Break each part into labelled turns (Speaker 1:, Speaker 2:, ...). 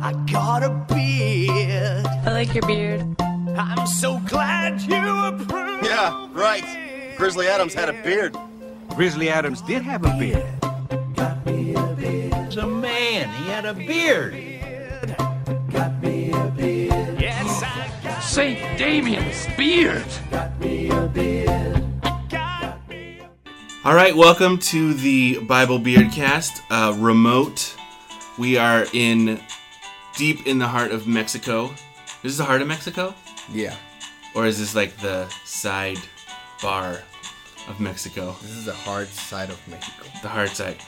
Speaker 1: I got a beard.
Speaker 2: I like your beard.
Speaker 1: I'm so glad you approve.
Speaker 3: Yeah, right. Grizzly Adams had a beard.
Speaker 4: Grizzly Adams did have a beard.
Speaker 5: He's a man. He had a beard.
Speaker 1: Yes, I got
Speaker 6: St. Damien's beard.
Speaker 7: All right, welcome to the Bible Beardcast, uh, remote. We are in deep in the heart of Mexico. Is this the heart of Mexico,
Speaker 3: Yeah,
Speaker 7: or is this like the side bar of Mexico,
Speaker 3: this is the hard side of Mexico.
Speaker 7: the hard side?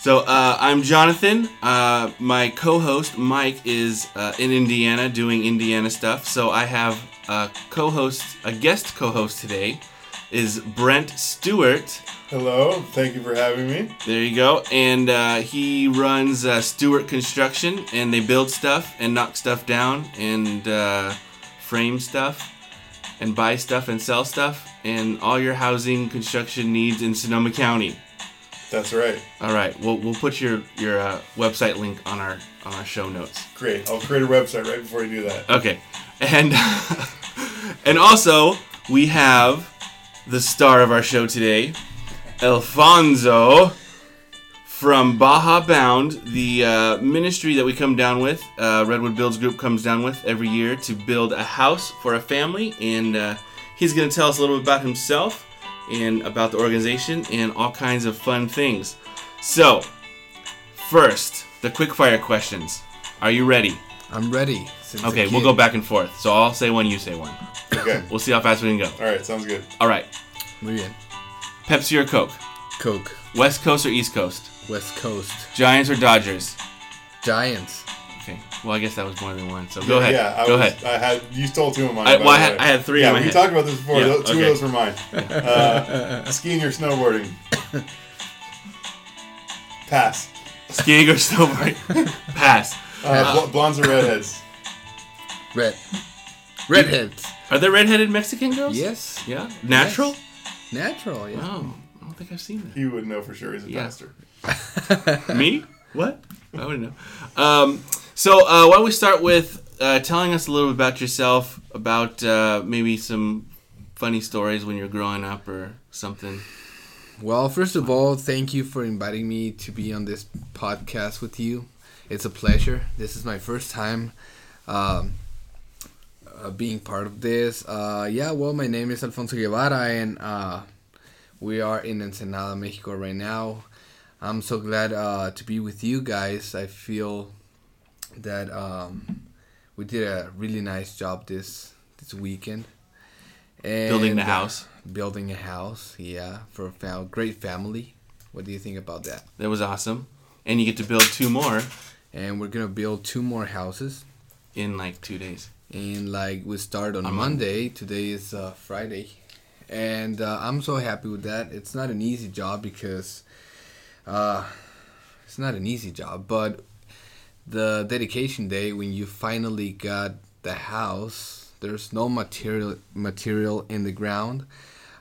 Speaker 7: So uh, I'm Jonathan. Uh, my co-host Mike is uh, in Indiana doing Indiana stuff. So I have a co-host, a guest co-host today, is Brent Stewart.
Speaker 8: Hello, thank you for having me.
Speaker 7: There you go. And uh, he runs uh, Stewart Construction, and they build stuff and knock stuff down and uh, frame stuff and buy stuff and sell stuff and all your housing construction needs in Sonoma County.
Speaker 8: That's right.
Speaker 7: All right, we'll, we'll put your your uh, website link on our on our show notes.
Speaker 8: Great. I'll create a website right before you do that.
Speaker 7: Okay, and and also we have the star of our show today, Alfonso from Baja Bound, the uh, ministry that we come down with, uh, Redwood Builds Group comes down with every year to build a house for a family, and uh, he's going to tell us a little bit about himself and about the organization and all kinds of fun things. So, first, the quickfire questions. Are you ready?
Speaker 3: I'm ready. since a
Speaker 7: Okay,
Speaker 3: kid.
Speaker 7: we'll go back and forth. So I'll say one, you say one.
Speaker 8: Okay.
Speaker 7: We'll see how fast we can go.
Speaker 8: All right. Sounds good.
Speaker 7: All right.
Speaker 3: Muy bien.
Speaker 7: Pepsi or Coke?
Speaker 3: Coke,
Speaker 7: West Coast or East Coast?
Speaker 3: West Coast,
Speaker 7: Giants or Dodgers?
Speaker 3: Giants.
Speaker 7: Okay. Well, I guess that was more than one. So go ahead.
Speaker 8: Yeah. I
Speaker 7: go
Speaker 8: was,
Speaker 7: ahead.
Speaker 8: I had you stole two of mine.
Speaker 7: I-
Speaker 8: by
Speaker 7: well, I
Speaker 8: the
Speaker 7: had-
Speaker 8: way.
Speaker 7: I had three
Speaker 8: Yeah,
Speaker 7: in my
Speaker 8: we
Speaker 7: head.
Speaker 8: talked about this before.
Speaker 7: Yeah,
Speaker 8: Tho- Two
Speaker 7: okay.
Speaker 8: of those were mine. Uh, skiing or snowboarding? Pass.
Speaker 7: Skiing or snowboarding? Pass.
Speaker 8: Uh, bl- blondes or redheads?
Speaker 3: Red. Redheads.
Speaker 7: Are there redheaded Mexican girls?
Speaker 3: Yes.
Speaker 7: Yeah. Natural?
Speaker 3: Natural. Yeah.
Speaker 7: Oh, I don't think I've seen
Speaker 8: He would know for sure. He's a
Speaker 7: Yeah.
Speaker 8: pastor.
Speaker 7: that. Me? What? I wouldn't know. Um, so uh, why don't we start with uh, telling us a little bit about yourself, about uh, maybe some funny stories when you're growing up or something.
Speaker 3: Well, first of all, thank you for inviting me to be on this podcast with you. It's a pleasure. This is my first time um, uh, being part of this. Uh, yeah, well, my name is Alfonso Guevara, and uh, we are in Ensenada, Mexico right now. I'm so glad uh, to be with you guys. I feel that um, we did a really nice job this this weekend. And,
Speaker 7: Building the
Speaker 3: uh,
Speaker 7: house.
Speaker 3: building a house yeah for a fam- great family what do you think about that
Speaker 7: That was awesome. And you get to build two more
Speaker 3: and we're gonna build two more houses
Speaker 7: in like two days.
Speaker 3: and like we start on
Speaker 7: On
Speaker 3: monday today is uh, friday and uh, i'm so happy with that it's not an easy job because uh, it's not an easy job but the dedication day when you finally got the house there's no material material in the ground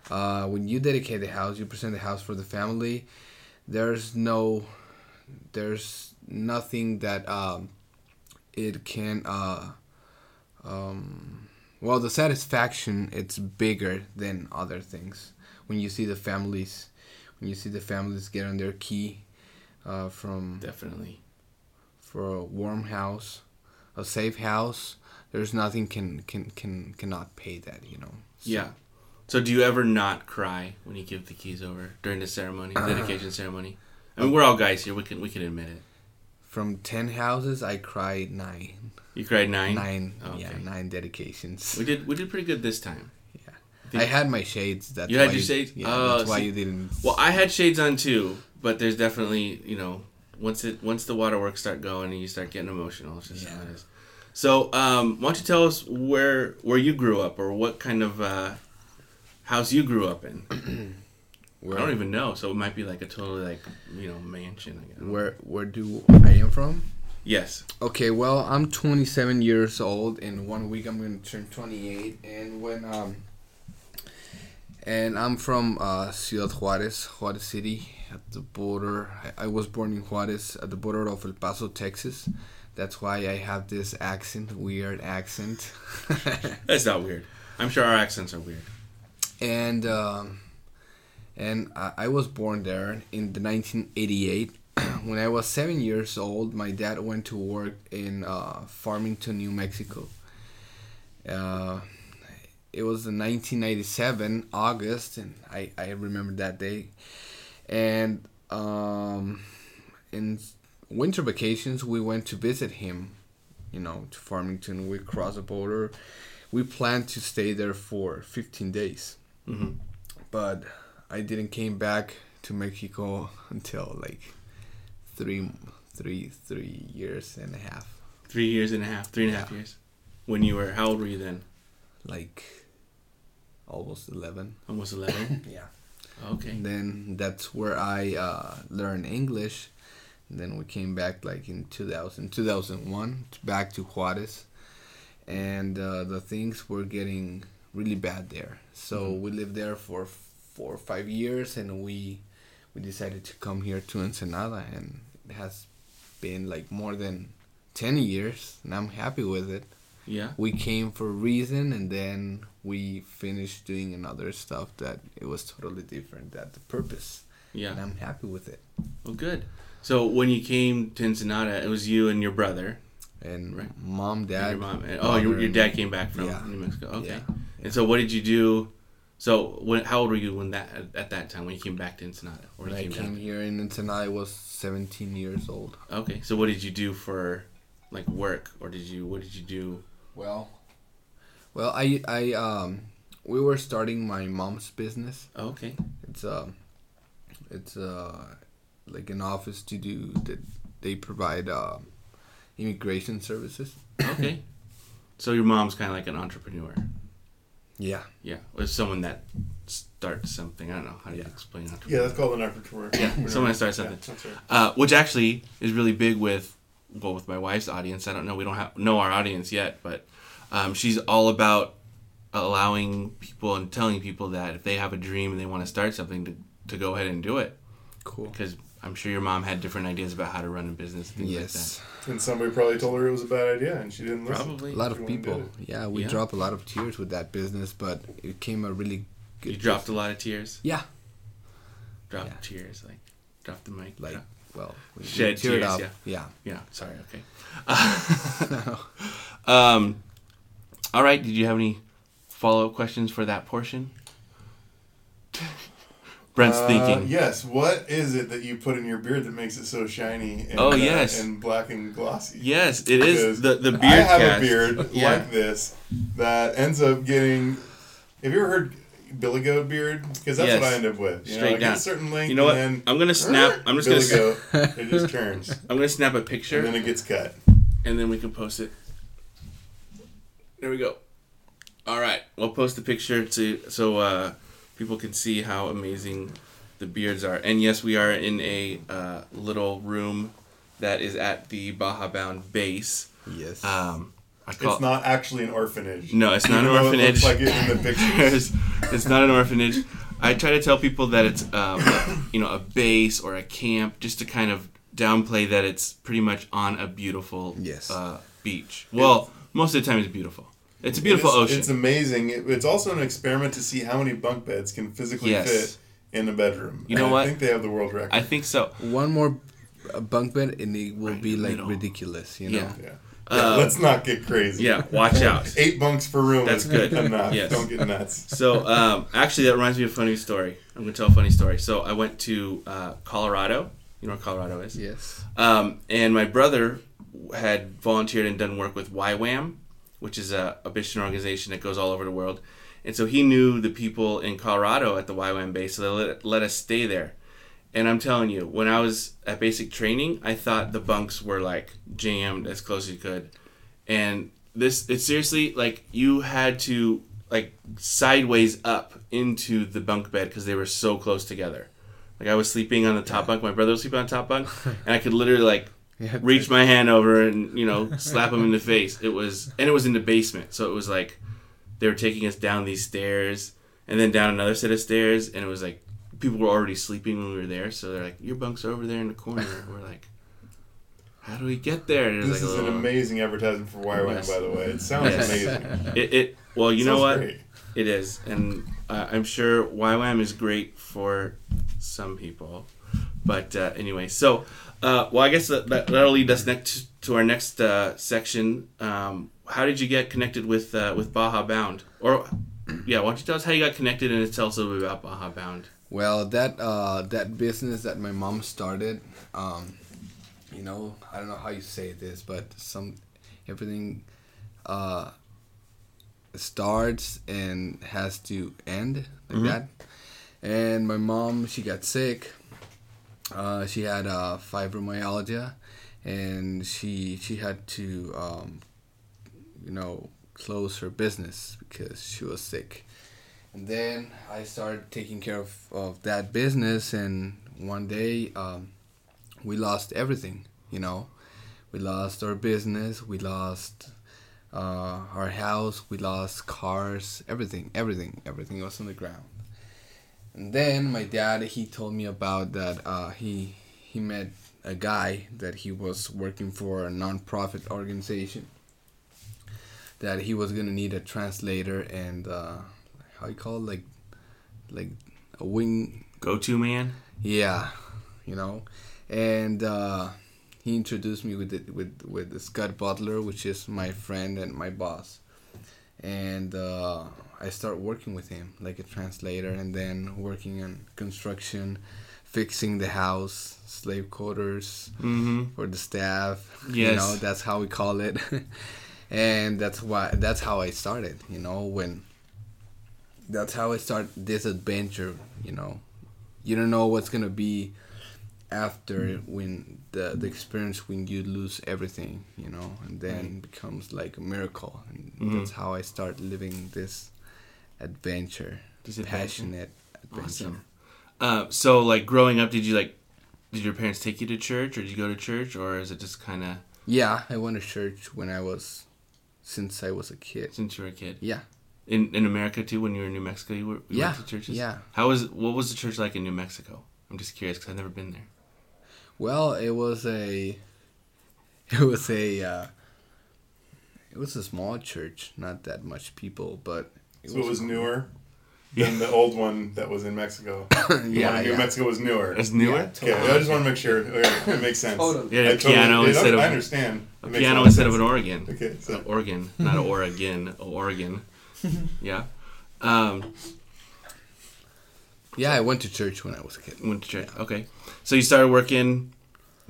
Speaker 3: uh, when you dedicate the house you present the house for the family there's no there's nothing that um, it can uh, um, well the satisfaction it's bigger than other things when you see the families when you see the families get on their key uh, from
Speaker 7: Definitely.
Speaker 3: for a warm house, a safe house. There's nothing can can can cannot pay that, you know.
Speaker 7: Yeah. So do you ever not cry when you give the keys over during the ceremony, dedication ceremony? I mean, we're all guys here. We can we can admit it.
Speaker 3: From ten houses, I cried nine,
Speaker 7: You cried nine.
Speaker 3: nine,
Speaker 7: Oh, Okay.
Speaker 3: yeah, nine dedications.
Speaker 7: We did we did pretty good this time.
Speaker 3: I had my shades. That's
Speaker 7: You had
Speaker 3: why
Speaker 7: your shades?
Speaker 3: Yeah,
Speaker 7: Oh,
Speaker 3: that's why
Speaker 7: see.
Speaker 3: you didn't.
Speaker 7: Well, I had shades on too, but there's definitely you know once it once the waterworks start going and you start getting emotional, it's just how it is. So um, why don't you tell us where where you grew up or what kind of uh, house you grew up in? I
Speaker 3: where,
Speaker 7: don't even know. So it might be like a totally like you know mansion. I guess.
Speaker 3: where where do I am from?
Speaker 7: Yes.
Speaker 3: Okay, well, I'm 27 years old. In one week, I'm gonna turn 28, and when um, and I'm from uh, Ciudad Juarez, Juarez City, at the border. I, I was born in Juarez, at the border of El Paso, Texas. That's why I have this accent, weird accent.
Speaker 7: That's not weird. I'm sure our accents are weird.
Speaker 3: and um, and I, I was born there in the 1988. when I was seven years old, my dad went to work in uh, Farmington, New Mexico. Uh, it was in 1997 August, and I I remember that day. And um, in winter vacations, we went to visit him. You know, to Farmington, we crossed the border. We planned to stay there for 15 days but I didn't came back to Mexico until like three, three, three years and a half,
Speaker 7: Three years and a half, three and a half years. When you were, how old were you then?
Speaker 3: like almost eleven.
Speaker 7: Almost 11?
Speaker 3: Yeah.
Speaker 7: okay.
Speaker 3: And then that's where I uh, learned English. And then we came back like in 2000, 2001, t- back to Juarez, and uh, the things were getting really bad there. So we lived there for four or five years, and we we decided to come here to Ensenada, and it has been like more than ten years, and I'm happy with it.
Speaker 7: Yeah.
Speaker 3: We came for a reason, and then we finished doing another stuff that it was totally different. That the purpose, and
Speaker 7: Yeah.
Speaker 3: I'm happy with it.
Speaker 7: Well, good. So when you came to Ensenada, it was you and your brother.
Speaker 3: And
Speaker 7: Right.
Speaker 3: mom, dad,
Speaker 7: and your mom. and- oh, your,
Speaker 3: brother,
Speaker 7: your
Speaker 3: and-
Speaker 7: dad came back from
Speaker 3: Yeah.
Speaker 7: New Mexico. Okay.
Speaker 3: Yeah.
Speaker 7: And so what did you do? So when, how old were you when that at, at that time when you came back to Ensenada? Or
Speaker 3: When
Speaker 7: you
Speaker 3: I came
Speaker 7: down?
Speaker 3: here, and until I was 17 years old.
Speaker 7: Okay. So what did you do for like work or did you what did you do?
Speaker 3: Well, well, I, I, um, we were starting my mom's business.
Speaker 7: Oh, okay.
Speaker 3: It's um, it's uh, like an office to do that. They provide uh, immigration services.
Speaker 7: Okay. so your mom's kind of like an entrepreneur.
Speaker 3: Yeah.
Speaker 7: Yeah. Or someone that starts something. I don't know how do you
Speaker 3: Yeah.
Speaker 7: explain entrepreneur.
Speaker 8: Yeah, that's called an entrepreneur.
Speaker 7: Yeah, someone that starts something.
Speaker 8: Yeah, that's right.
Speaker 7: uh, which actually is really big with well with my wife's audience. I don't know we don't have know our audience yet, but um, she's all about allowing people and telling people that if they have a dream and they want to start something to, to go ahead and do it
Speaker 3: Cool.
Speaker 7: because I'm sure your mom had different ideas about how to run a business things
Speaker 3: Yes.
Speaker 8: And somebody probably told her it was a bad idea, and she didn't
Speaker 7: like that.
Speaker 8: listen.
Speaker 7: Probably
Speaker 3: A lot of
Speaker 8: If you wanna
Speaker 3: people. Yeah, we
Speaker 7: Yeah.
Speaker 3: drop a lot of tears with that business, but it came a really good.
Speaker 7: you dropped a lot of tears,
Speaker 3: Yeah.
Speaker 7: dropped
Speaker 3: Yeah.
Speaker 7: tears, like dropped the mic,
Speaker 3: Like,
Speaker 7: drop-
Speaker 3: well, we, we
Speaker 7: Shed
Speaker 3: teared
Speaker 7: tears,
Speaker 3: up.
Speaker 7: yeah.
Speaker 3: yeah.
Speaker 7: yeah. Sorry, okay. um, all right. Did you have any follow up questions for that portion? Brent's
Speaker 8: Uh,
Speaker 7: thinking.
Speaker 8: yes. What is it that you put in your beard that makes it so shiny? And,
Speaker 7: Oh,
Speaker 8: uh,
Speaker 7: yes.
Speaker 8: and black and glossy.
Speaker 7: Yes, it is
Speaker 8: Because
Speaker 7: the the beard.
Speaker 8: I have
Speaker 7: cast.
Speaker 8: a beard
Speaker 7: Yeah.
Speaker 8: like this that ends up getting. Have you ever heard Billy Goat beard? Because that's what
Speaker 7: Yes.
Speaker 8: I end up with. You know,
Speaker 7: Straight
Speaker 8: I get
Speaker 7: down.
Speaker 8: a certain length.
Speaker 7: You know what?
Speaker 8: And then,
Speaker 7: I'm gonna snap. I'm just gonna.
Speaker 8: Billy
Speaker 7: s-
Speaker 8: Goat. it just turns,
Speaker 7: I'm gonna snap a
Speaker 8: and
Speaker 7: picture,
Speaker 8: then it gets cut.
Speaker 7: and then we can post it. There we go. All right, we'll post the picture to so uh, people can see how amazing the beards are. And yes, we are in a uh, little room that is at the Baja Bound base.
Speaker 3: Yes.
Speaker 7: Um, I call
Speaker 8: It's not actually an orphanage.
Speaker 7: no, it's not an
Speaker 8: Even though It
Speaker 7: orphanage.
Speaker 8: looks like it in the pictures.
Speaker 7: There's- it's not an orphanage. I try to tell people that it's um, you know a base or a camp just to kind of downplay that it's pretty much on a beautiful
Speaker 3: Yes.
Speaker 7: uh, beach. Well, most of the time it's beautiful. It's a beautiful
Speaker 8: It is-
Speaker 7: ocean.
Speaker 8: It's amazing. It- it's also an experiment to see how many bunk beds can physically
Speaker 7: Yes.
Speaker 8: fit in a bedroom.
Speaker 7: You know
Speaker 8: And
Speaker 7: what?
Speaker 8: I think they have the world record.
Speaker 7: I think so.
Speaker 3: One more uh, bunk bed, and it will be
Speaker 7: in the
Speaker 3: like
Speaker 7: middle.
Speaker 3: ridiculous. You know.
Speaker 7: Yeah.
Speaker 8: yeah. Yeah, let's not get crazy.
Speaker 7: Uh, Yeah, watch out.
Speaker 8: Eight bunks per room.
Speaker 7: That's
Speaker 8: is
Speaker 7: good.
Speaker 8: Enough.
Speaker 7: Yes.
Speaker 8: Don't get nuts.
Speaker 7: So um, actually, that reminds me of a funny story. I'm gonna tell a funny story. So I went to uh, Colorado. You know where Colorado is?
Speaker 3: Yes.
Speaker 7: Um, and my brother had volunteered and done work with YWAM, which is a, a mission organization that goes all over the world. And so he knew the people in Colorado at the YWAM base, so they let, let us stay there. And I'm telling you, when I was at basic training, I thought the bunks were like jammed as close as you could. And this, it's seriously like you had to like sideways up into the bunk bed because they were so close together. Like I was sleeping on the top bunk, my brother was sleeping on the top bunk, and I could literally like reach my hand over and you know slap him in the face. It was and it was in the basement, so it was like they were taking us down these stairs and then down another set of stairs, and it was like people were already sleeping when we were there, so they're like, "Your bunk's over there in the corner." We're like, How do we get there? And it was like
Speaker 8: This
Speaker 7: a
Speaker 8: is an
Speaker 7: little-
Speaker 8: amazing advertisement for YWAM,
Speaker 7: Yes.
Speaker 8: by the way. It sounds
Speaker 7: Yes.
Speaker 8: amazing.
Speaker 7: It, it well, you know
Speaker 8: Sounds
Speaker 7: what?
Speaker 8: great.
Speaker 7: It is, and uh, I'm sure YWAM is great for some people, but uh, anyway. So, uh, well, I guess that, that that'll lead us next to our next uh, section. Um, how did you get connected with uh, with Baja Bound? Or yeah, why don't you tell us how you got connected and tell us a little bit about Baja Bound?
Speaker 3: Well, that uh, that business that my mom started, um, you know, I don't know how you say this, but some everything uh, starts and has to end like that. And my mom, she got sick. Uh, she had uh, fibromyalgia, and she she had to, um, you know, close her business because she was sick. And then I started taking care of, of that business, and one day um, we lost everything, you know. We lost our business, we lost uh, our house, we lost cars, everything, everything, everything was on the ground. And then my dad, he told me about that uh, he, he met a guy that he was working for a nonprofit organization that he was gonna need a translator and uh, how you call it? like like a wing
Speaker 7: Go to man.
Speaker 3: yeah you know and uh, he introduced me with it with with Scott Butler which is my friend and my boss and uh, I start working with him like a translator and then working on construction fixing the house slave quarters
Speaker 7: Mm-hmm.
Speaker 3: for the staff. You
Speaker 7: Yes.
Speaker 3: know, that's how we call it. and that's why that's how I started, you know, when that's how I start this adventure, you know. You don't know what's gonna be after when the the experience when you lose everything, you know, and then becomes like a miracle. And
Speaker 7: Mm-hmm.
Speaker 3: that's how I start living this adventure.
Speaker 7: This adventure.
Speaker 3: passionate adventure.
Speaker 7: Awesome. Uh, so, like growing up, did you like? Did your parents take you to church, or did you go to church, or is it just kind of
Speaker 3: Yeah, I went to church when I was since I was a kid.
Speaker 7: since you were a kid?
Speaker 3: Yeah.
Speaker 7: In in America too, when you were in New Mexico, you were you
Speaker 3: Yeah,
Speaker 7: went to churches.
Speaker 3: yeah.
Speaker 7: How was what was the church like in New Mexico? I'm just curious because I've never been there.
Speaker 3: Well, it was a, it was a, uh, it was a small church, not that much people, but it
Speaker 8: So it was newer than the old one that was in Mexico.
Speaker 3: yeah,
Speaker 8: New
Speaker 3: yeah.
Speaker 8: Mexico was newer.
Speaker 7: It's newer.
Speaker 3: Yeah,
Speaker 8: Okay, I just want to make sure okay, it makes sense.
Speaker 7: Yeah,
Speaker 8: I
Speaker 7: a piano
Speaker 8: it-
Speaker 7: instead of
Speaker 8: I understand.
Speaker 7: a
Speaker 8: It makes
Speaker 7: piano
Speaker 8: lot of
Speaker 7: instead of
Speaker 8: sense.
Speaker 7: an organ.
Speaker 8: Okay, so-
Speaker 7: An organ, not an Oregon. a Oregon. yeah. Um,
Speaker 3: Yeah, I went to church when I was a kid.
Speaker 7: went to church. Okay. So you started working,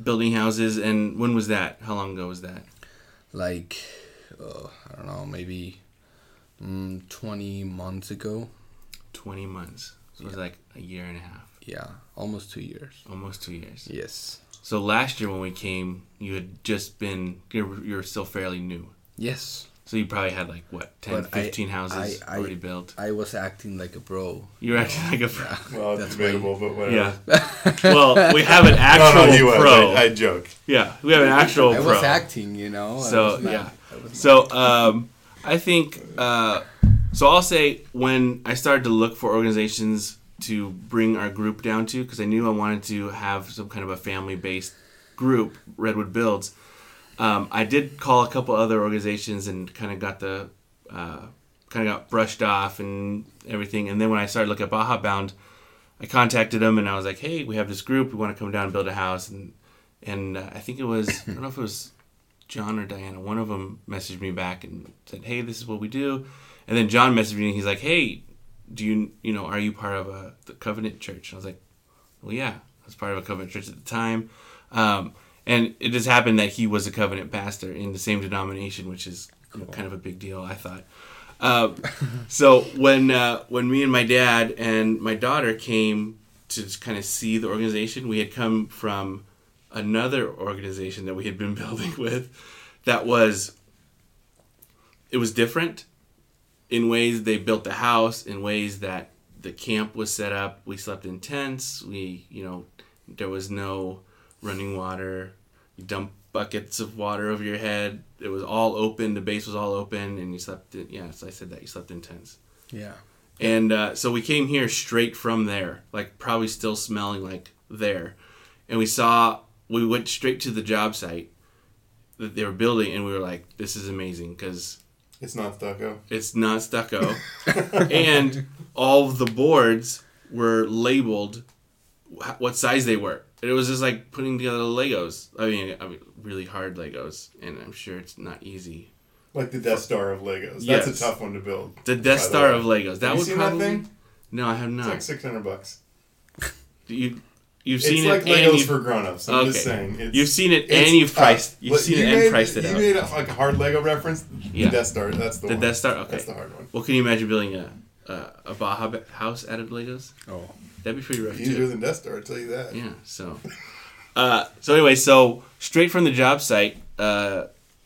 Speaker 7: building houses, and when was that? How long ago was that?
Speaker 3: Like, uh, I don't know, maybe mm, twenty months ago.
Speaker 7: Twenty months. So it was like a year and a half,
Speaker 3: Yeah, almost two years.
Speaker 7: almost two years.
Speaker 3: Yes.
Speaker 7: So last year when we came, you had just been you were- you were still fairly new.
Speaker 3: Yes.
Speaker 7: So you probably had like what 10,
Speaker 3: But I-
Speaker 7: 15 houses
Speaker 3: I- I-
Speaker 7: already built.
Speaker 3: I was acting like a bro.
Speaker 7: You're acting like a pro.
Speaker 8: Well, it's
Speaker 3: That's
Speaker 8: debatable, but whatever.
Speaker 7: Yeah. well, we have an actual
Speaker 8: No, no, you was.
Speaker 7: pro.
Speaker 8: I, I joke.
Speaker 7: yeah, we have an actual
Speaker 3: I
Speaker 7: pro.
Speaker 3: was acting, you know. I
Speaker 7: so
Speaker 3: was not-
Speaker 7: yeah.
Speaker 3: I was
Speaker 7: So um, I think uh, so. I'll say when I started to look for organizations to bring our group down to, because I knew I wanted to have some kind of a family-based group, Redwood Builds. Um, I did call a couple other organizations and kind of got the uh, kind of got brushed off and everything. And then when I started looking at Baja Bound, I contacted them and I was like, "Hey, we have this group. We want to come down and build a house." And and uh, I think it was I don't know if it was John or Diana. One of them messaged me back and said, "Hey, this is what we do." And then John messaged me and he's like, "Hey, do you you know are you part of a the Covenant Church?" And I was like, "Well, yeah, I was part of a Covenant Church at the time." Um, and it just happened that he was a Covenant pastor in the same denomination, which is you know, kind of a big deal, I thought. Um, so when uh, when me and my dad and my daughter came to just kind of see the organization, we had come from another organization that we had been building with that was it was different in ways they built the house in ways that the camp was set up we slept in tents we you know there was no running water you dump buckets of water over your head it was all open the base was all open and you slept in yeah so i said that you slept in tents
Speaker 3: yeah.
Speaker 7: and uh, so we came here straight from there, like probably still smelling like there. And we saw, we went straight to the job site that they were building, and we were like, "This is amazing" because
Speaker 8: It's not stucco.
Speaker 7: it's not stucco, and all of the boards were labeled wh- what size they were. And it was just like putting together Legos. I mean, I mean, really hard Legos, and I'm sure it's not easy.
Speaker 8: Like the Death Star of Legos. That's
Speaker 7: Yes.
Speaker 8: a tough one to build.
Speaker 7: The Death
Speaker 8: By the
Speaker 7: Star
Speaker 8: way.
Speaker 7: of Legos. That
Speaker 8: Have you
Speaker 7: would
Speaker 8: seen that
Speaker 7: probably.
Speaker 8: thing?
Speaker 7: No, I have
Speaker 8: It's like
Speaker 7: not.
Speaker 8: six hundred bucks.
Speaker 7: you, you've
Speaker 8: It's
Speaker 7: seen it
Speaker 8: like
Speaker 7: and
Speaker 8: Legos
Speaker 7: you,
Speaker 8: for grown-ups. I'm just saying. It's,
Speaker 7: you've seen it
Speaker 8: it's
Speaker 7: and you've
Speaker 8: tough.
Speaker 7: priced. You've
Speaker 8: Look,
Speaker 7: seen
Speaker 8: you
Speaker 7: it
Speaker 8: made-
Speaker 7: and priced it
Speaker 8: you
Speaker 7: out.
Speaker 8: made a, like a hard Lego reference.
Speaker 7: Yeah.
Speaker 8: The Death Star. That's the,
Speaker 7: the
Speaker 8: one.
Speaker 7: Death Star. Okay.
Speaker 8: That's the hard one.
Speaker 7: Well, can you imagine building a a, a Baja ba- house out of Legos?
Speaker 3: Oh.
Speaker 7: That'd be pretty rough
Speaker 8: Easier
Speaker 7: too.
Speaker 8: than Death Star. I tell you that.
Speaker 7: yeah. So. Uh, so anyway, so straight from the job site, uh,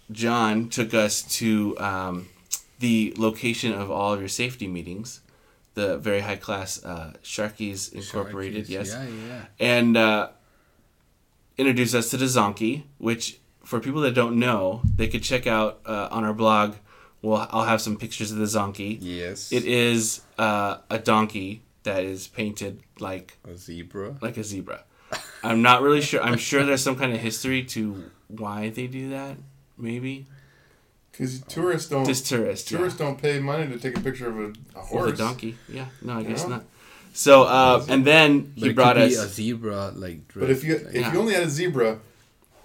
Speaker 7: John took us to um, the location of all of your safety meetings, the very high class uh, Sharkies Incorporated.
Speaker 3: Sharkies,
Speaker 7: Yes
Speaker 3: Yeah, yeah.
Speaker 7: and uh, introduced us to the Zonky, which for people that don't know, they could check out uh, on our blog. We'll I'll have some pictures of the Zonky.
Speaker 3: Yes.
Speaker 7: It is uh, a donkey that is painted like
Speaker 3: A zebra.
Speaker 7: like a zebra. I'm not really sure. I'm sure there's some kind of history to why they do that. Maybe
Speaker 8: Because tourists don't.
Speaker 7: just tourists. yeah.
Speaker 8: tourists don't pay money to take a picture of a, a
Speaker 7: or
Speaker 8: horse.
Speaker 7: the donkey. Yeah. No, I guess
Speaker 8: Yeah.
Speaker 7: not. So uh, and then
Speaker 3: But
Speaker 7: he
Speaker 3: it
Speaker 7: brought
Speaker 3: could
Speaker 7: us.
Speaker 3: be a zebra like.
Speaker 8: But if you if
Speaker 7: Yeah.
Speaker 8: you only had a zebra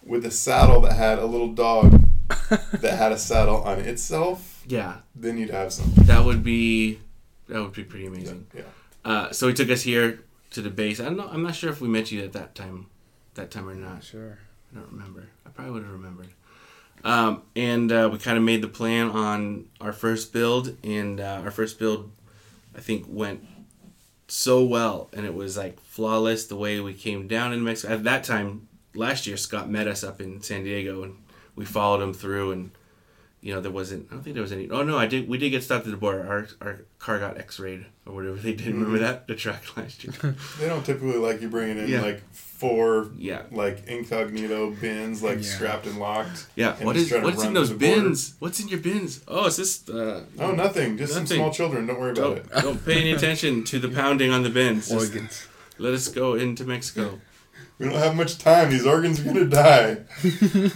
Speaker 8: with a saddle that had a little dog that had a saddle on itself,
Speaker 7: yeah,
Speaker 8: then you'd have something.
Speaker 7: that would be that would be pretty amazing.
Speaker 8: Yeah.
Speaker 7: Uh, so he took us here to the base. I don't know. I'm not sure if we met you at that time, that time or not.
Speaker 3: sure.
Speaker 7: I don't remember. I probably would have remembered. Um, and uh, we kind of made the plan on our first build, and uh, our first build, I think, went so well, and it was like flawless the way we came down in Mexico. At that time last year, Scott met us up in San Diego, and we followed him through, and you know there wasn't. I don't think there was any. Oh no, I did. We did get stopped at the border. Our our car got X-rayed or whatever they did.
Speaker 8: Mm.
Speaker 7: Remember that the track last year.
Speaker 8: They don't typically like you bringing in
Speaker 7: Yeah.
Speaker 8: like four
Speaker 7: Yeah.
Speaker 8: like incognito bins like
Speaker 3: Yeah.
Speaker 8: strapped and locked.
Speaker 7: Yeah,
Speaker 8: and
Speaker 7: what
Speaker 8: just
Speaker 7: is
Speaker 8: trying to
Speaker 7: what's
Speaker 8: run
Speaker 7: in
Speaker 8: to
Speaker 7: those
Speaker 8: the border.
Speaker 7: bins? What's in your bins? Oh, it's just uh,
Speaker 8: Oh, nothing. Just some
Speaker 7: Nothing.
Speaker 8: small children. Don't worry about
Speaker 7: don't,
Speaker 8: it.
Speaker 7: don't pay any attention to the pounding on the bins. Just
Speaker 3: Organs.
Speaker 7: let us go into Mexico.
Speaker 8: We don't have much time. These organs are gonna die.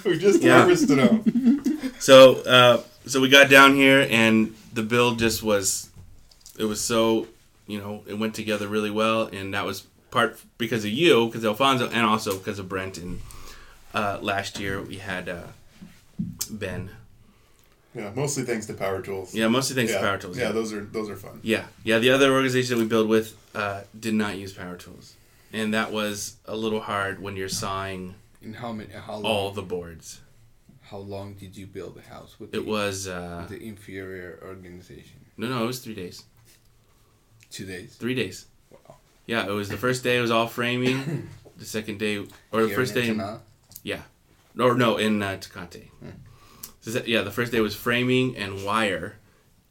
Speaker 8: we just
Speaker 7: Yeah.
Speaker 8: harvested them.
Speaker 7: So uh, so we got down here and the build just was it was so you know it went together really well and that was part because of you because Alfonso and also because of Brent and uh, last year we had uh, Ben.
Speaker 8: Yeah, mostly thanks to power tools.
Speaker 7: Yeah, mostly thanks
Speaker 8: yeah.
Speaker 7: to power tools.
Speaker 8: Yeah, those are those are fun.
Speaker 7: Yeah, yeah. The other organization that we build with uh, did not use power tools, and that was a little hard when you're sawing
Speaker 3: And how many? How long?
Speaker 7: all the boards.
Speaker 3: How long did you build the house with?
Speaker 7: It
Speaker 3: the,
Speaker 7: was uh,
Speaker 3: the inferior organization.
Speaker 7: no, no. It was three days.
Speaker 3: Two days.
Speaker 7: Three days. Yeah, it was the first day. It was all framing. the second day, or the
Speaker 3: Here
Speaker 7: first
Speaker 3: in
Speaker 7: day, in,
Speaker 3: Ensenada.
Speaker 7: yeah, or no, in uh, Tecate.
Speaker 3: Hmm.
Speaker 7: So that- yeah, the first day was framing and wire,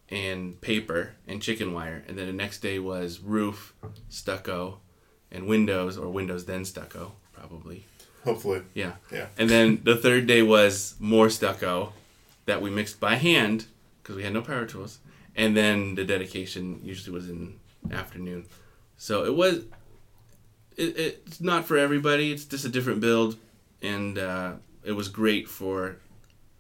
Speaker 7: and paper and chicken wire, and then the next day was roof, stucco, and windows, or windows then stucco, probably.
Speaker 8: Hopefully.
Speaker 7: Yeah.
Speaker 8: Yeah.
Speaker 7: And then the third day was more stucco that we mixed by hand because we had no power tools. And then the dedication usually was in afternoon. So it was. It, it's not for everybody. It's just a different build, and uh, it was great for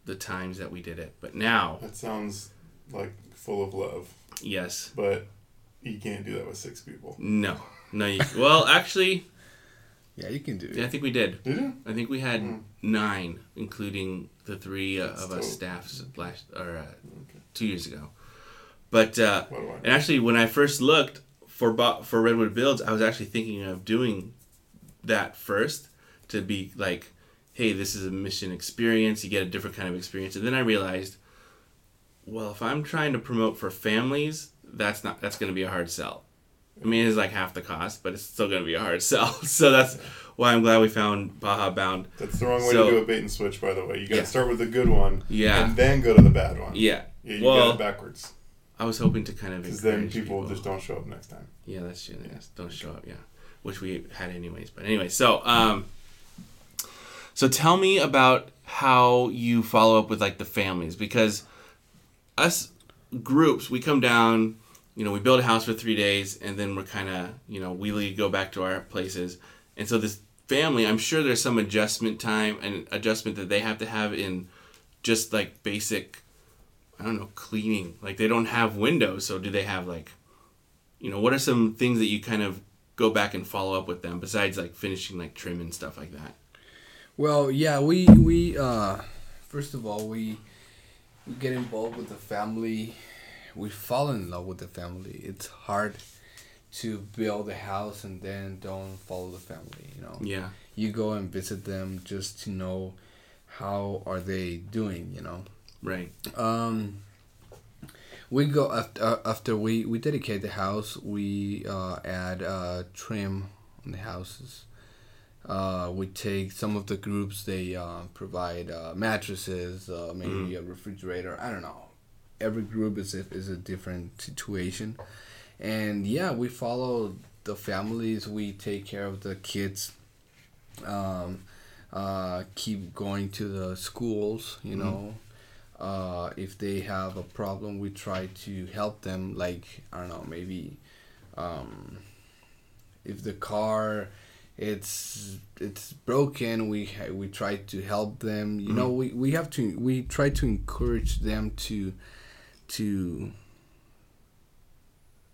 Speaker 7: the times that we did it. But now,
Speaker 8: That sounds like full of love,
Speaker 7: yes,
Speaker 8: but you can't do that with six people.
Speaker 7: no, no. You, well, actually,
Speaker 3: Yeah, you can do it.
Speaker 7: I think we did.
Speaker 8: Did you? Hmm.
Speaker 7: I think we had nine, including the three uh, of us
Speaker 8: dope.
Speaker 7: staffs last or uh, two years ago. But uh,
Speaker 8: What do I know?
Speaker 7: and actually, when I first looked for bo- for Redwood Builds, I was actually thinking of doing that first to be like, hey, this is a mission experience. You get a different kind of experience, and then I realized, well, if I'm trying to promote for families, that's not that's going to be a hard sell. I mean, it's like half the cost, but it's still going to be a hard sell. So that's why I'm glad we found Baja Bound.
Speaker 8: That's the wrong way
Speaker 7: So-
Speaker 8: to do a bait and switch, by the way. You gotta
Speaker 7: Yeah.
Speaker 8: start with the good one,
Speaker 7: Yeah.
Speaker 8: and then go to the bad one.
Speaker 7: Yeah.
Speaker 8: Yeah, you
Speaker 7: well,
Speaker 8: get it backwards,
Speaker 7: I was hoping to kind of
Speaker 8: because then
Speaker 7: encourage
Speaker 8: people, just don't show up next time.
Speaker 7: Yeah, that's true. They just don't show up. Yeah, which we had anyways. But anyway, so um, so tell me about how you follow up with like the families because us groups we come down, you know, we build a house for three days and then we're kind of you know wheelie go back to our places, and so this family, I'm sure there's some adjustment time and adjustment that they have to have in just like basic, I don't know, cleaning. Like they don't have windows, so do they have like, you know, what are some things that you kind of go back and follow up with them besides like finishing like trim and stuff like that?
Speaker 3: Well, yeah, we we uh, first of all we we get involved with the family. We fall in love with the family. It's hard to build a house and then don't follow the family. You know.
Speaker 7: Yeah.
Speaker 3: You go and visit them just to know how are they doing. You know.
Speaker 7: Right.
Speaker 3: Um, we go after after we we dedicate the house. We uh, add uh, trim on the houses. Uh, we take some of the groups. They uh, provide uh, mattresses, uh, maybe a refrigerator. I don't know. Every group is a, is a different situation, and yeah, we follow the families. We take care of the kids. Um, uh, keep going to the schools. You
Speaker 7: Mm-hmm.
Speaker 3: know, uh, if they have a problem, we try to help them. Like I don't know, maybe um, if the car it's it's broken, we ha- we try to help them. You know,
Speaker 7: Mm-hmm.
Speaker 3: we, we have to we try to encourage them to to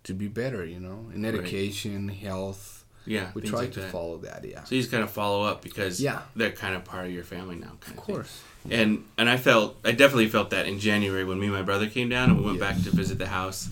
Speaker 3: to be better. You know, in education, health.
Speaker 7: Yeah.
Speaker 3: We
Speaker 7: things
Speaker 3: try
Speaker 7: like
Speaker 3: to
Speaker 7: that.
Speaker 3: follow that. Yeah,
Speaker 7: So you just kind of follow up because
Speaker 3: Yeah.
Speaker 7: they're kind of part of your family now. Kind
Speaker 3: of
Speaker 7: thing.
Speaker 3: course.
Speaker 7: And and I felt I definitely felt that in January when me and my brother came down and we went back to visit the house.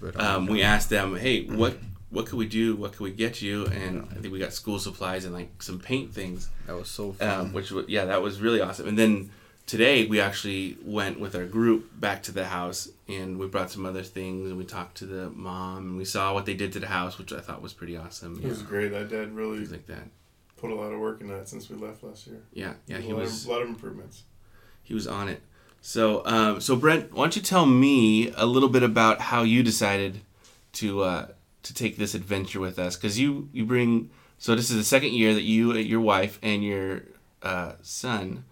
Speaker 3: But,
Speaker 7: Um, we asked them, hey, what what could we do? What could we get you? And I think we got school supplies and like some paint things,
Speaker 3: that was so fun.
Speaker 7: um, which was, yeah, that was really awesome. And then today we actually went with our group back to the house and we brought some other things and we talked to the mom and we saw what they did to the house, which I thought was pretty awesome.
Speaker 8: It was
Speaker 7: Yeah.
Speaker 8: great. I did really
Speaker 7: Things like that.
Speaker 8: put a lot of work in that since we left last year.
Speaker 7: Yeah, yeah, he
Speaker 8: a lot,
Speaker 7: was.
Speaker 8: of, lot of improvements.
Speaker 7: he was on it. So, um, so Brent, why don't you tell me a little bit about how you decided to uh, to take this adventure with us? Because you you bring so this is the second year that you, your wife, and your uh, son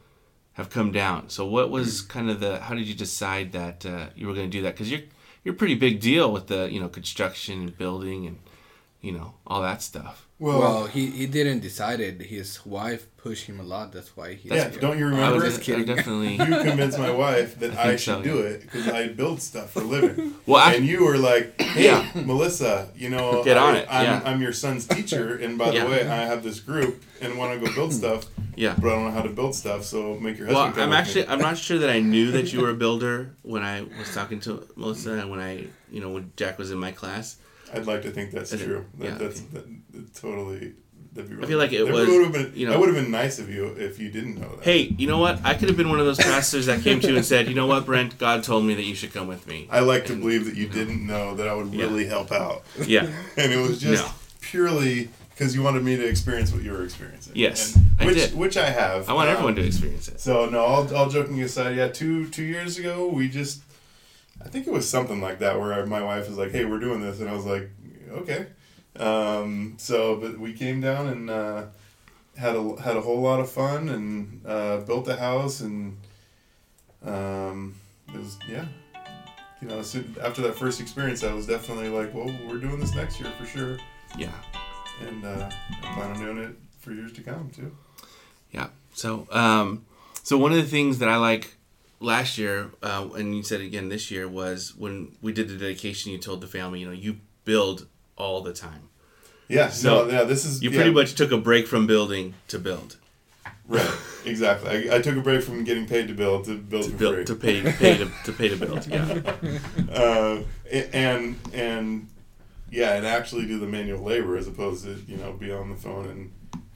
Speaker 7: have come down. So, what was
Speaker 3: Mm-hmm.
Speaker 7: kind of the how did you decide that uh, you were going to do that? Because you're you're a pretty big deal with the you know construction and building and you know all that stuff.
Speaker 3: Well, he, he didn't decide it. His wife pushed him a lot. That's why he.
Speaker 8: yeah, don't you
Speaker 7: I
Speaker 8: remember?
Speaker 7: was
Speaker 3: just
Speaker 7: I
Speaker 3: kidding.
Speaker 7: definitely
Speaker 8: you convinced my wife that I,
Speaker 7: think
Speaker 8: should
Speaker 7: so,
Speaker 8: do it because I build stuff for a living.
Speaker 7: Well, I-
Speaker 8: and you were like, "Hey,
Speaker 7: Yeah.
Speaker 8: Melissa, you know,
Speaker 7: Get on
Speaker 8: I,
Speaker 7: it,
Speaker 8: I'm,
Speaker 7: yeah.
Speaker 8: I'm your son's teacher, and by
Speaker 7: Yeah.
Speaker 8: the way, I have this group and want to go build stuff,
Speaker 7: yeah.
Speaker 8: but I don't know how to build stuff. So make your
Speaker 7: Well,
Speaker 8: husband." come
Speaker 7: I'm
Speaker 8: with
Speaker 7: actually
Speaker 8: me."
Speaker 7: I'm not sure that I knew that you were a builder when I was talking to Melissa and when I you know when Jack was in my class.
Speaker 8: I'd like to think that's
Speaker 7: Is it-
Speaker 8: true. That,
Speaker 7: yeah,
Speaker 8: that's that, that totally. That'd be really
Speaker 7: I feel like it
Speaker 8: that
Speaker 7: was,
Speaker 8: Would have been,
Speaker 7: you know-
Speaker 8: that would have been nice of you if you didn't know that.
Speaker 7: Hey, you know what? I could have been one of those pastors that came to you and said, you know what, Brent, God told me that you should come with me.
Speaker 8: I like to believe that you didn't know that I would
Speaker 7: Yeah.
Speaker 8: really help out.
Speaker 7: Yeah,
Speaker 8: and it was just
Speaker 7: No.
Speaker 8: purely because you wanted me to experience what you were experiencing.
Speaker 7: Yes,
Speaker 8: And-
Speaker 7: I
Speaker 8: which,
Speaker 7: did.
Speaker 8: Which I have.
Speaker 7: I want
Speaker 8: Um,
Speaker 7: everyone to experience it.
Speaker 8: So no, all, all joking aside, yeah, two two years ago, we just, I think it was something like that where my wife was like, "Hey, we're doing this," and I was like, "Okay." Um, so, but we came down and uh, had a had a whole lot of fun and uh, built the house and um, it was yeah. You know, so after that first experience, I was definitely like, "Well, we're doing this next year for sure,"
Speaker 7: Yeah,
Speaker 8: and uh, I plan on doing it for years to come too.
Speaker 7: yeah. So, um, so one of the things that I like last year, uh, and you said again this year, was when we did the dedication. You told the family, you know, you build all the time.
Speaker 8: Yeah,
Speaker 7: So,
Speaker 8: no, yeah, this is
Speaker 7: You
Speaker 8: yeah.
Speaker 7: pretty much took a break from building to build.
Speaker 8: Right, exactly. I, I took a break from getting paid to build to build for free.
Speaker 7: built to pay pay to, to pay to build. Yeah,
Speaker 8: uh, a- and and yeah, and actually do the manual labor as opposed to you know be on the phone and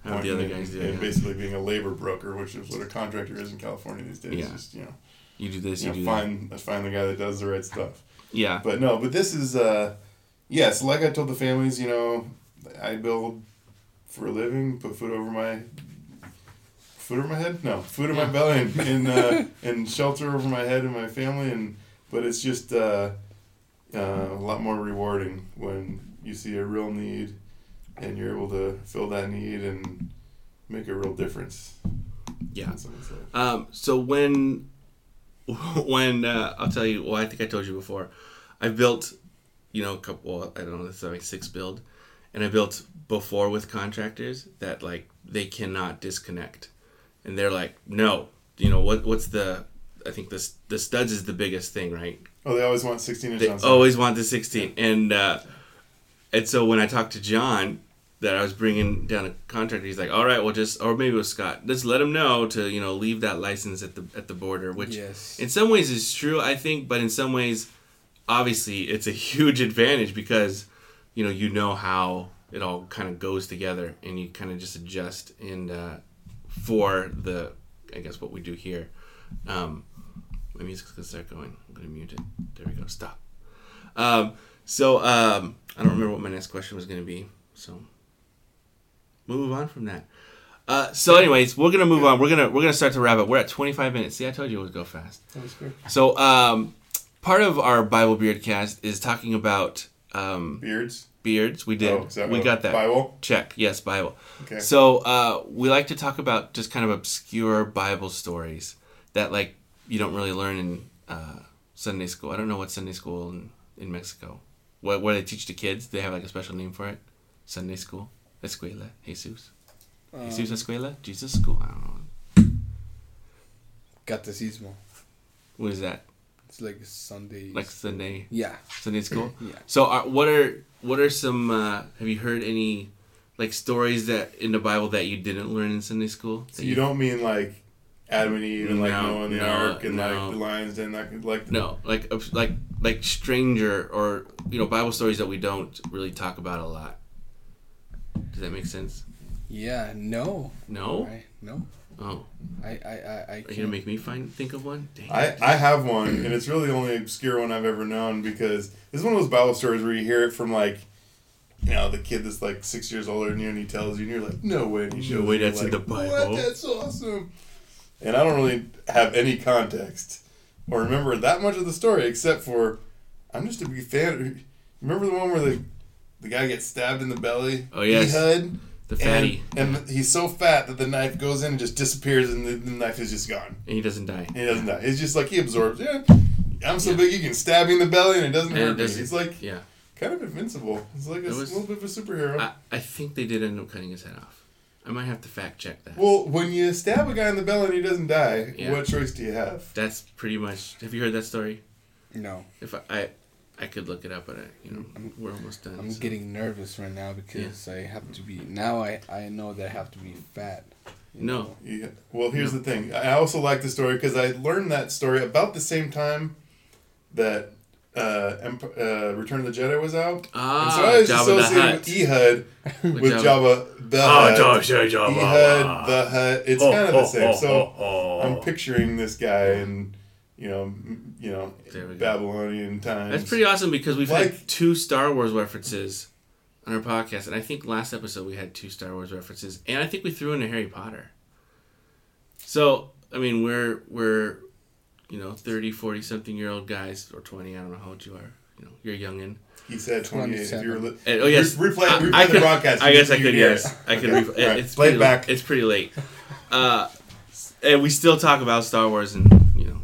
Speaker 7: Have the other
Speaker 8: and-
Speaker 7: guys do it,
Speaker 8: and
Speaker 7: yeah.
Speaker 8: basically being a labor broker, which is what a contractor is in California these days.
Speaker 7: Yeah.
Speaker 8: Just you know,
Speaker 7: you do this,
Speaker 8: you
Speaker 7: you,
Speaker 8: know,
Speaker 7: do
Speaker 8: find find the guy that does the right stuff.
Speaker 7: that. Yeah,
Speaker 8: But no, but this is uh yeah, so like I told the families, you know, I build for a living, put food over my food over my head? No, food in my belly and and, uh, and shelter over my head and my family and but it's just uh, uh, a lot more rewarding when you see a real need and you're able to fill that need and make a real difference.
Speaker 7: yeah.
Speaker 8: in someone's life.
Speaker 7: Um, so when when uh, I'll tell you, well, I think I told you before, I built, you know, a couple. Well, I don't know, this is like six build, and I built before with contractors that like they cannot disconnect, and they're like, no, you know what? What's the I think this the studs is the biggest thing, right?
Speaker 8: Oh, they always want 16 inch
Speaker 7: They
Speaker 8: on
Speaker 7: always want the 16, and uh, and so when I talked to John that I was bringing down a contractor, he's like, "All right, well, just or maybe it was Scott, just let him know to you know leave that license at the at the border," which
Speaker 3: Yes.
Speaker 7: in some ways is true, I think, but in some ways, obviously, it's a huge advantage because you know you know how it all kind of goes together, and you kind of just adjust and uh, for the I guess what we do here. Um, my music's gonna start going. I'm gonna mute it. There we go. Stop. Um, so um, I don't remember what my next question was gonna be. So we'll move on from that. Uh, so, anyways, we're gonna move on. We're gonna we're gonna start to wrap up. We're at 25 minutes. See, I told you it would go fast. So, um, part of our Bible beard cast is talking about um,
Speaker 8: beards.
Speaker 7: beards. We did.
Speaker 8: Oh, is that
Speaker 7: we
Speaker 8: what-
Speaker 7: got that.
Speaker 8: Bible?
Speaker 7: Check. Yes, Bible.
Speaker 8: Okay.
Speaker 7: So uh, we like to talk about just kind of obscure Bible stories that like you don't really learn in uh, Sunday school. I don't know what Sunday school in, in Mexico. What where they teach the kids? They have like a special name for it. Sunday school. Escuela. Jesus.
Speaker 8: Um,
Speaker 7: Jesus Escuela. Jesus school. I don't know.
Speaker 3: Catecismo.
Speaker 7: What is that?
Speaker 3: It's like Sunday.
Speaker 7: Like Sunday.
Speaker 3: yeah.
Speaker 7: Sunday school.
Speaker 3: Yeah.
Speaker 7: So, are, what are what are some? Uh, have you heard any like stories that in the Bible that you didn't learn in Sunday school? That
Speaker 8: So you don't mean like Adam and Eve and like
Speaker 7: No,
Speaker 8: Noah and the
Speaker 7: no,
Speaker 8: ark and
Speaker 7: no.
Speaker 8: like the lions and like like
Speaker 7: No, like of- like like stranger or you know Bible stories that we don't really talk about a lot. Does that make sense?
Speaker 3: Yeah. No.
Speaker 7: No.
Speaker 3: I, no.
Speaker 7: Oh,
Speaker 3: I. I. I. I
Speaker 7: are you gonna make me find think of one? Dang.
Speaker 8: I, I have one, and it's really the only obscure one I've ever known because it's one of those Bible stories where you hear it from like, you know, the kid that's like six years older than you, and he tells you, and you're like, no way, and he shows
Speaker 7: way,
Speaker 8: you,
Speaker 7: that's in
Speaker 8: like,
Speaker 7: the Bible."
Speaker 8: What? That's awesome. And I don't really have any context or remember that much of the story except for I'm just a big fan. Remember the one where the the guy gets stabbed in the belly?
Speaker 7: Oh, yes.
Speaker 8: Ehud?
Speaker 7: the fatty,
Speaker 8: And, and he's so fat that the knife goes in and just disappears, and the, the knife is just gone.
Speaker 7: and he doesn't die.
Speaker 8: And he doesn't die. It's just like he absorbs. Yeah, I'm so big you can stab me in the belly and it doesn't hurt
Speaker 7: And it doesn't-
Speaker 8: me. It's like
Speaker 7: yeah,
Speaker 8: kind of invincible. It's like a
Speaker 7: It was-
Speaker 8: little bit of a superhero.
Speaker 7: I, I think they did end up cutting his head off. I might have to fact check that.
Speaker 8: well, when you stab a guy in the belly and he doesn't die,
Speaker 7: Yeah.
Speaker 8: what choice do you have?
Speaker 7: That's pretty much. Have you heard that story?
Speaker 3: No.
Speaker 7: If I, I, I could look it up, but I, you know, we're almost done.
Speaker 3: I'm
Speaker 7: so.
Speaker 3: getting nervous right now because I have to be. Now I. I know that I have to be fat. you
Speaker 7: no.
Speaker 3: know?
Speaker 8: Yeah. Well, here's the thing. I also like the story because I learned that story about the same time that uh, Emp- uh, Return of the Jedi was out. and so
Speaker 7: Ah,
Speaker 8: I was
Speaker 7: Jabba the
Speaker 8: associating
Speaker 7: Hutt.
Speaker 8: Ehud
Speaker 7: With
Speaker 8: with
Speaker 7: Jabba.
Speaker 8: Java the Hutt. Ehud the Hutt. It's kind of the same. so I'm picturing this guy in, you know, m- you know,
Speaker 7: There we go.
Speaker 8: Babylonian times.
Speaker 7: That's pretty awesome because we've
Speaker 8: Like-
Speaker 7: had two Star Wars references on our podcast, and I think last episode we had two Star Wars references, and I think we threw in a Harry Potter. So I mean, we're we're you know 30, 40 something year old guys or twenty. I don't know how old you are. You know, you're youngin.
Speaker 8: He said 28. If you were li-
Speaker 7: And- oh yes,
Speaker 8: Re- replay
Speaker 7: I-
Speaker 8: replay
Speaker 7: I
Speaker 8: the
Speaker 7: could-
Speaker 8: broadcast.
Speaker 7: I
Speaker 8: You-
Speaker 7: guess I
Speaker 8: you
Speaker 7: could.
Speaker 8: hear
Speaker 7: Yes,
Speaker 8: it.
Speaker 7: I could.
Speaker 8: Okay.
Speaker 7: Re-
Speaker 8: All right.
Speaker 7: It's
Speaker 8: Play
Speaker 7: pretty,
Speaker 8: it back.
Speaker 7: It's pretty late, uh, and we still talk about Star Wars and you know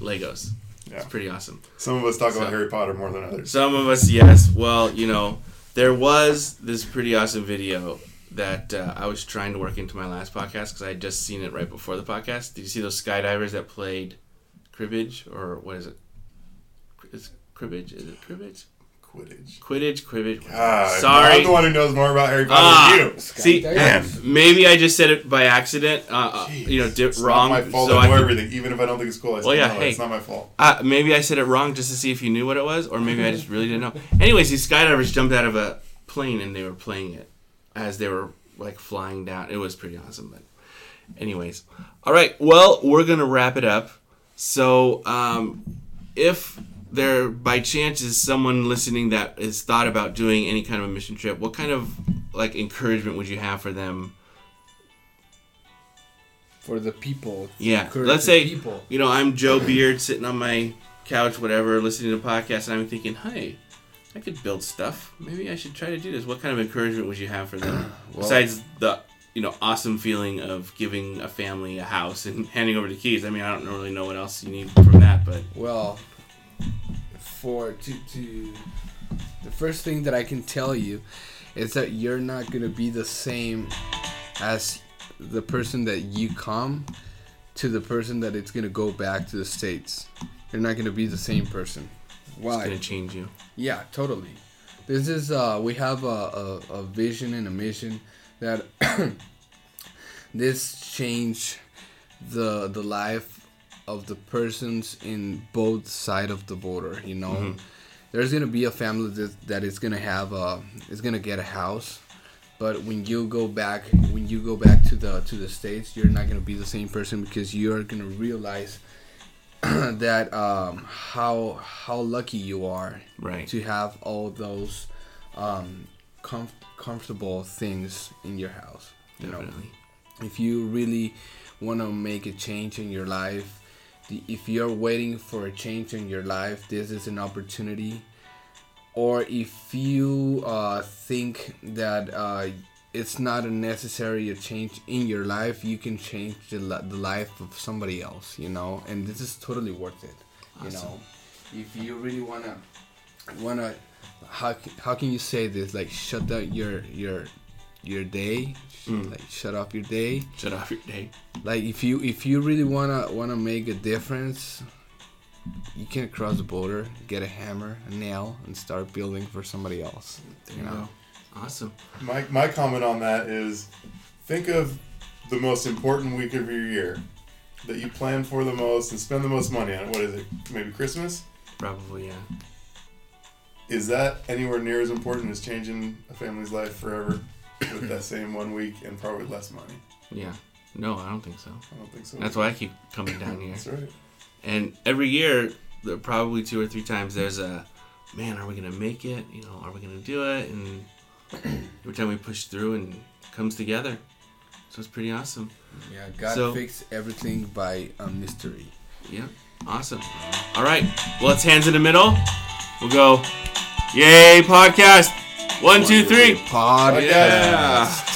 Speaker 7: Legos.
Speaker 8: Yeah.
Speaker 7: It's pretty awesome.
Speaker 8: Some of us talk
Speaker 7: So-
Speaker 8: about Harry Potter more than others.
Speaker 7: Some of us, yes. Well, you know, there was this pretty awesome video that uh, I was trying to work into my last podcast because I had just seen it right before the podcast. Did you see those skydivers that played cribbage or what is it? Is cribbage? Is it cribbage?
Speaker 8: Quidditch.
Speaker 7: Quidditch, cribbage.
Speaker 8: Ah,
Speaker 7: Sorry.
Speaker 8: I'm the one who knows more about Harry Potter
Speaker 7: Ah,
Speaker 8: than you.
Speaker 7: see, maybe I just said it by accident. Uh, uh, you know, dip,
Speaker 8: It's
Speaker 7: wrong.
Speaker 8: Not my fault.
Speaker 7: so
Speaker 8: I know
Speaker 7: I-
Speaker 8: everything, even if I don't think it's cool. I still
Speaker 7: yeah,
Speaker 8: know it.
Speaker 7: hey.
Speaker 8: it's not my fault.
Speaker 7: Uh, maybe I said it wrong just to see if you knew what it was, or maybe I just really didn't know. Anyways, these skydivers jumped out of a plane and they were playing it as they were like flying down. It was pretty awesome. But, anyways, all right. Well, we're gonna wrap it up. So, um, if there by chance is someone listening that has thought about doing any kind of a mission trip, what kind of like encouragement would you have for them?
Speaker 3: For the people.
Speaker 7: Yeah.
Speaker 3: Encourage
Speaker 7: Let's
Speaker 3: the
Speaker 7: say
Speaker 3: people.
Speaker 7: you know I'm Joe Beard sitting on my couch, whatever, listening to podcasts, and I'm thinking, hey, I could build stuff. Maybe I should try to do this. What kind of encouragement would you have for them besides the you know awesome feeling of giving a family a house and handing over the keys? I mean, I don't really know what else you need from that, but
Speaker 3: Well, for to to the first thing that I can tell you is that you're not gonna be the same as the person that you come to the person that it's gonna go back to the states. They're not gonna be the same person. Why?
Speaker 7: Gonna change you.
Speaker 3: Yeah, totally. This is uh, we have a, a, a vision and a mission that this change the the life of the persons in both side of the border. You know,
Speaker 7: Mm-hmm.
Speaker 3: there's gonna be a family that, that is gonna have a is gonna get a house, but when you go back when you go back to the to the states, you're not gonna be the same person because you're gonna realize that um, how how lucky you are
Speaker 7: Right.
Speaker 3: to have all those um, comf- comfortable things in your house. You know,
Speaker 7: Definitely.
Speaker 3: if you really want to make a change in your life, the- if you're waiting for a change in your life, this is an opportunity. Or if you uh, think that uh, it's not a necessary a change in your life, you can change the, li- the life of somebody else, you know, and this is totally worth it, you know. If you really want to wanna how, c- how can you say this like shut down your your your day like shut off your day
Speaker 7: Hmm. Shut off your day.
Speaker 3: like if you if you really wanna wanna make a difference you can cross the border get a hammer a nail and start building for somebody else you know
Speaker 7: Awesome.
Speaker 8: My, my comment on that is think of the most important week of your year that you plan for the most and spend the most money on. What is it? Maybe Christmas?
Speaker 7: Probably yeah.
Speaker 8: Is that anywhere near as important as changing a family's life forever with that same one week and probably less money?
Speaker 7: Yeah. No, I don't think so.
Speaker 8: I don't think so.
Speaker 7: That's why I keep coming down here.
Speaker 8: That's right.
Speaker 7: And every year, there probably two or three times, there's a man, are we going to make it? You know, are we going to do it? And every time we push through and it comes together. So it's pretty awesome.
Speaker 3: yeah god
Speaker 7: So-
Speaker 3: fix everything by a mystery
Speaker 7: Yeah. Awesome. All right. Well, let's hands in the middle. We'll go, yay, podcast. One, two, three.
Speaker 3: Podcast.
Speaker 8: Yeah.
Speaker 7: Yeah.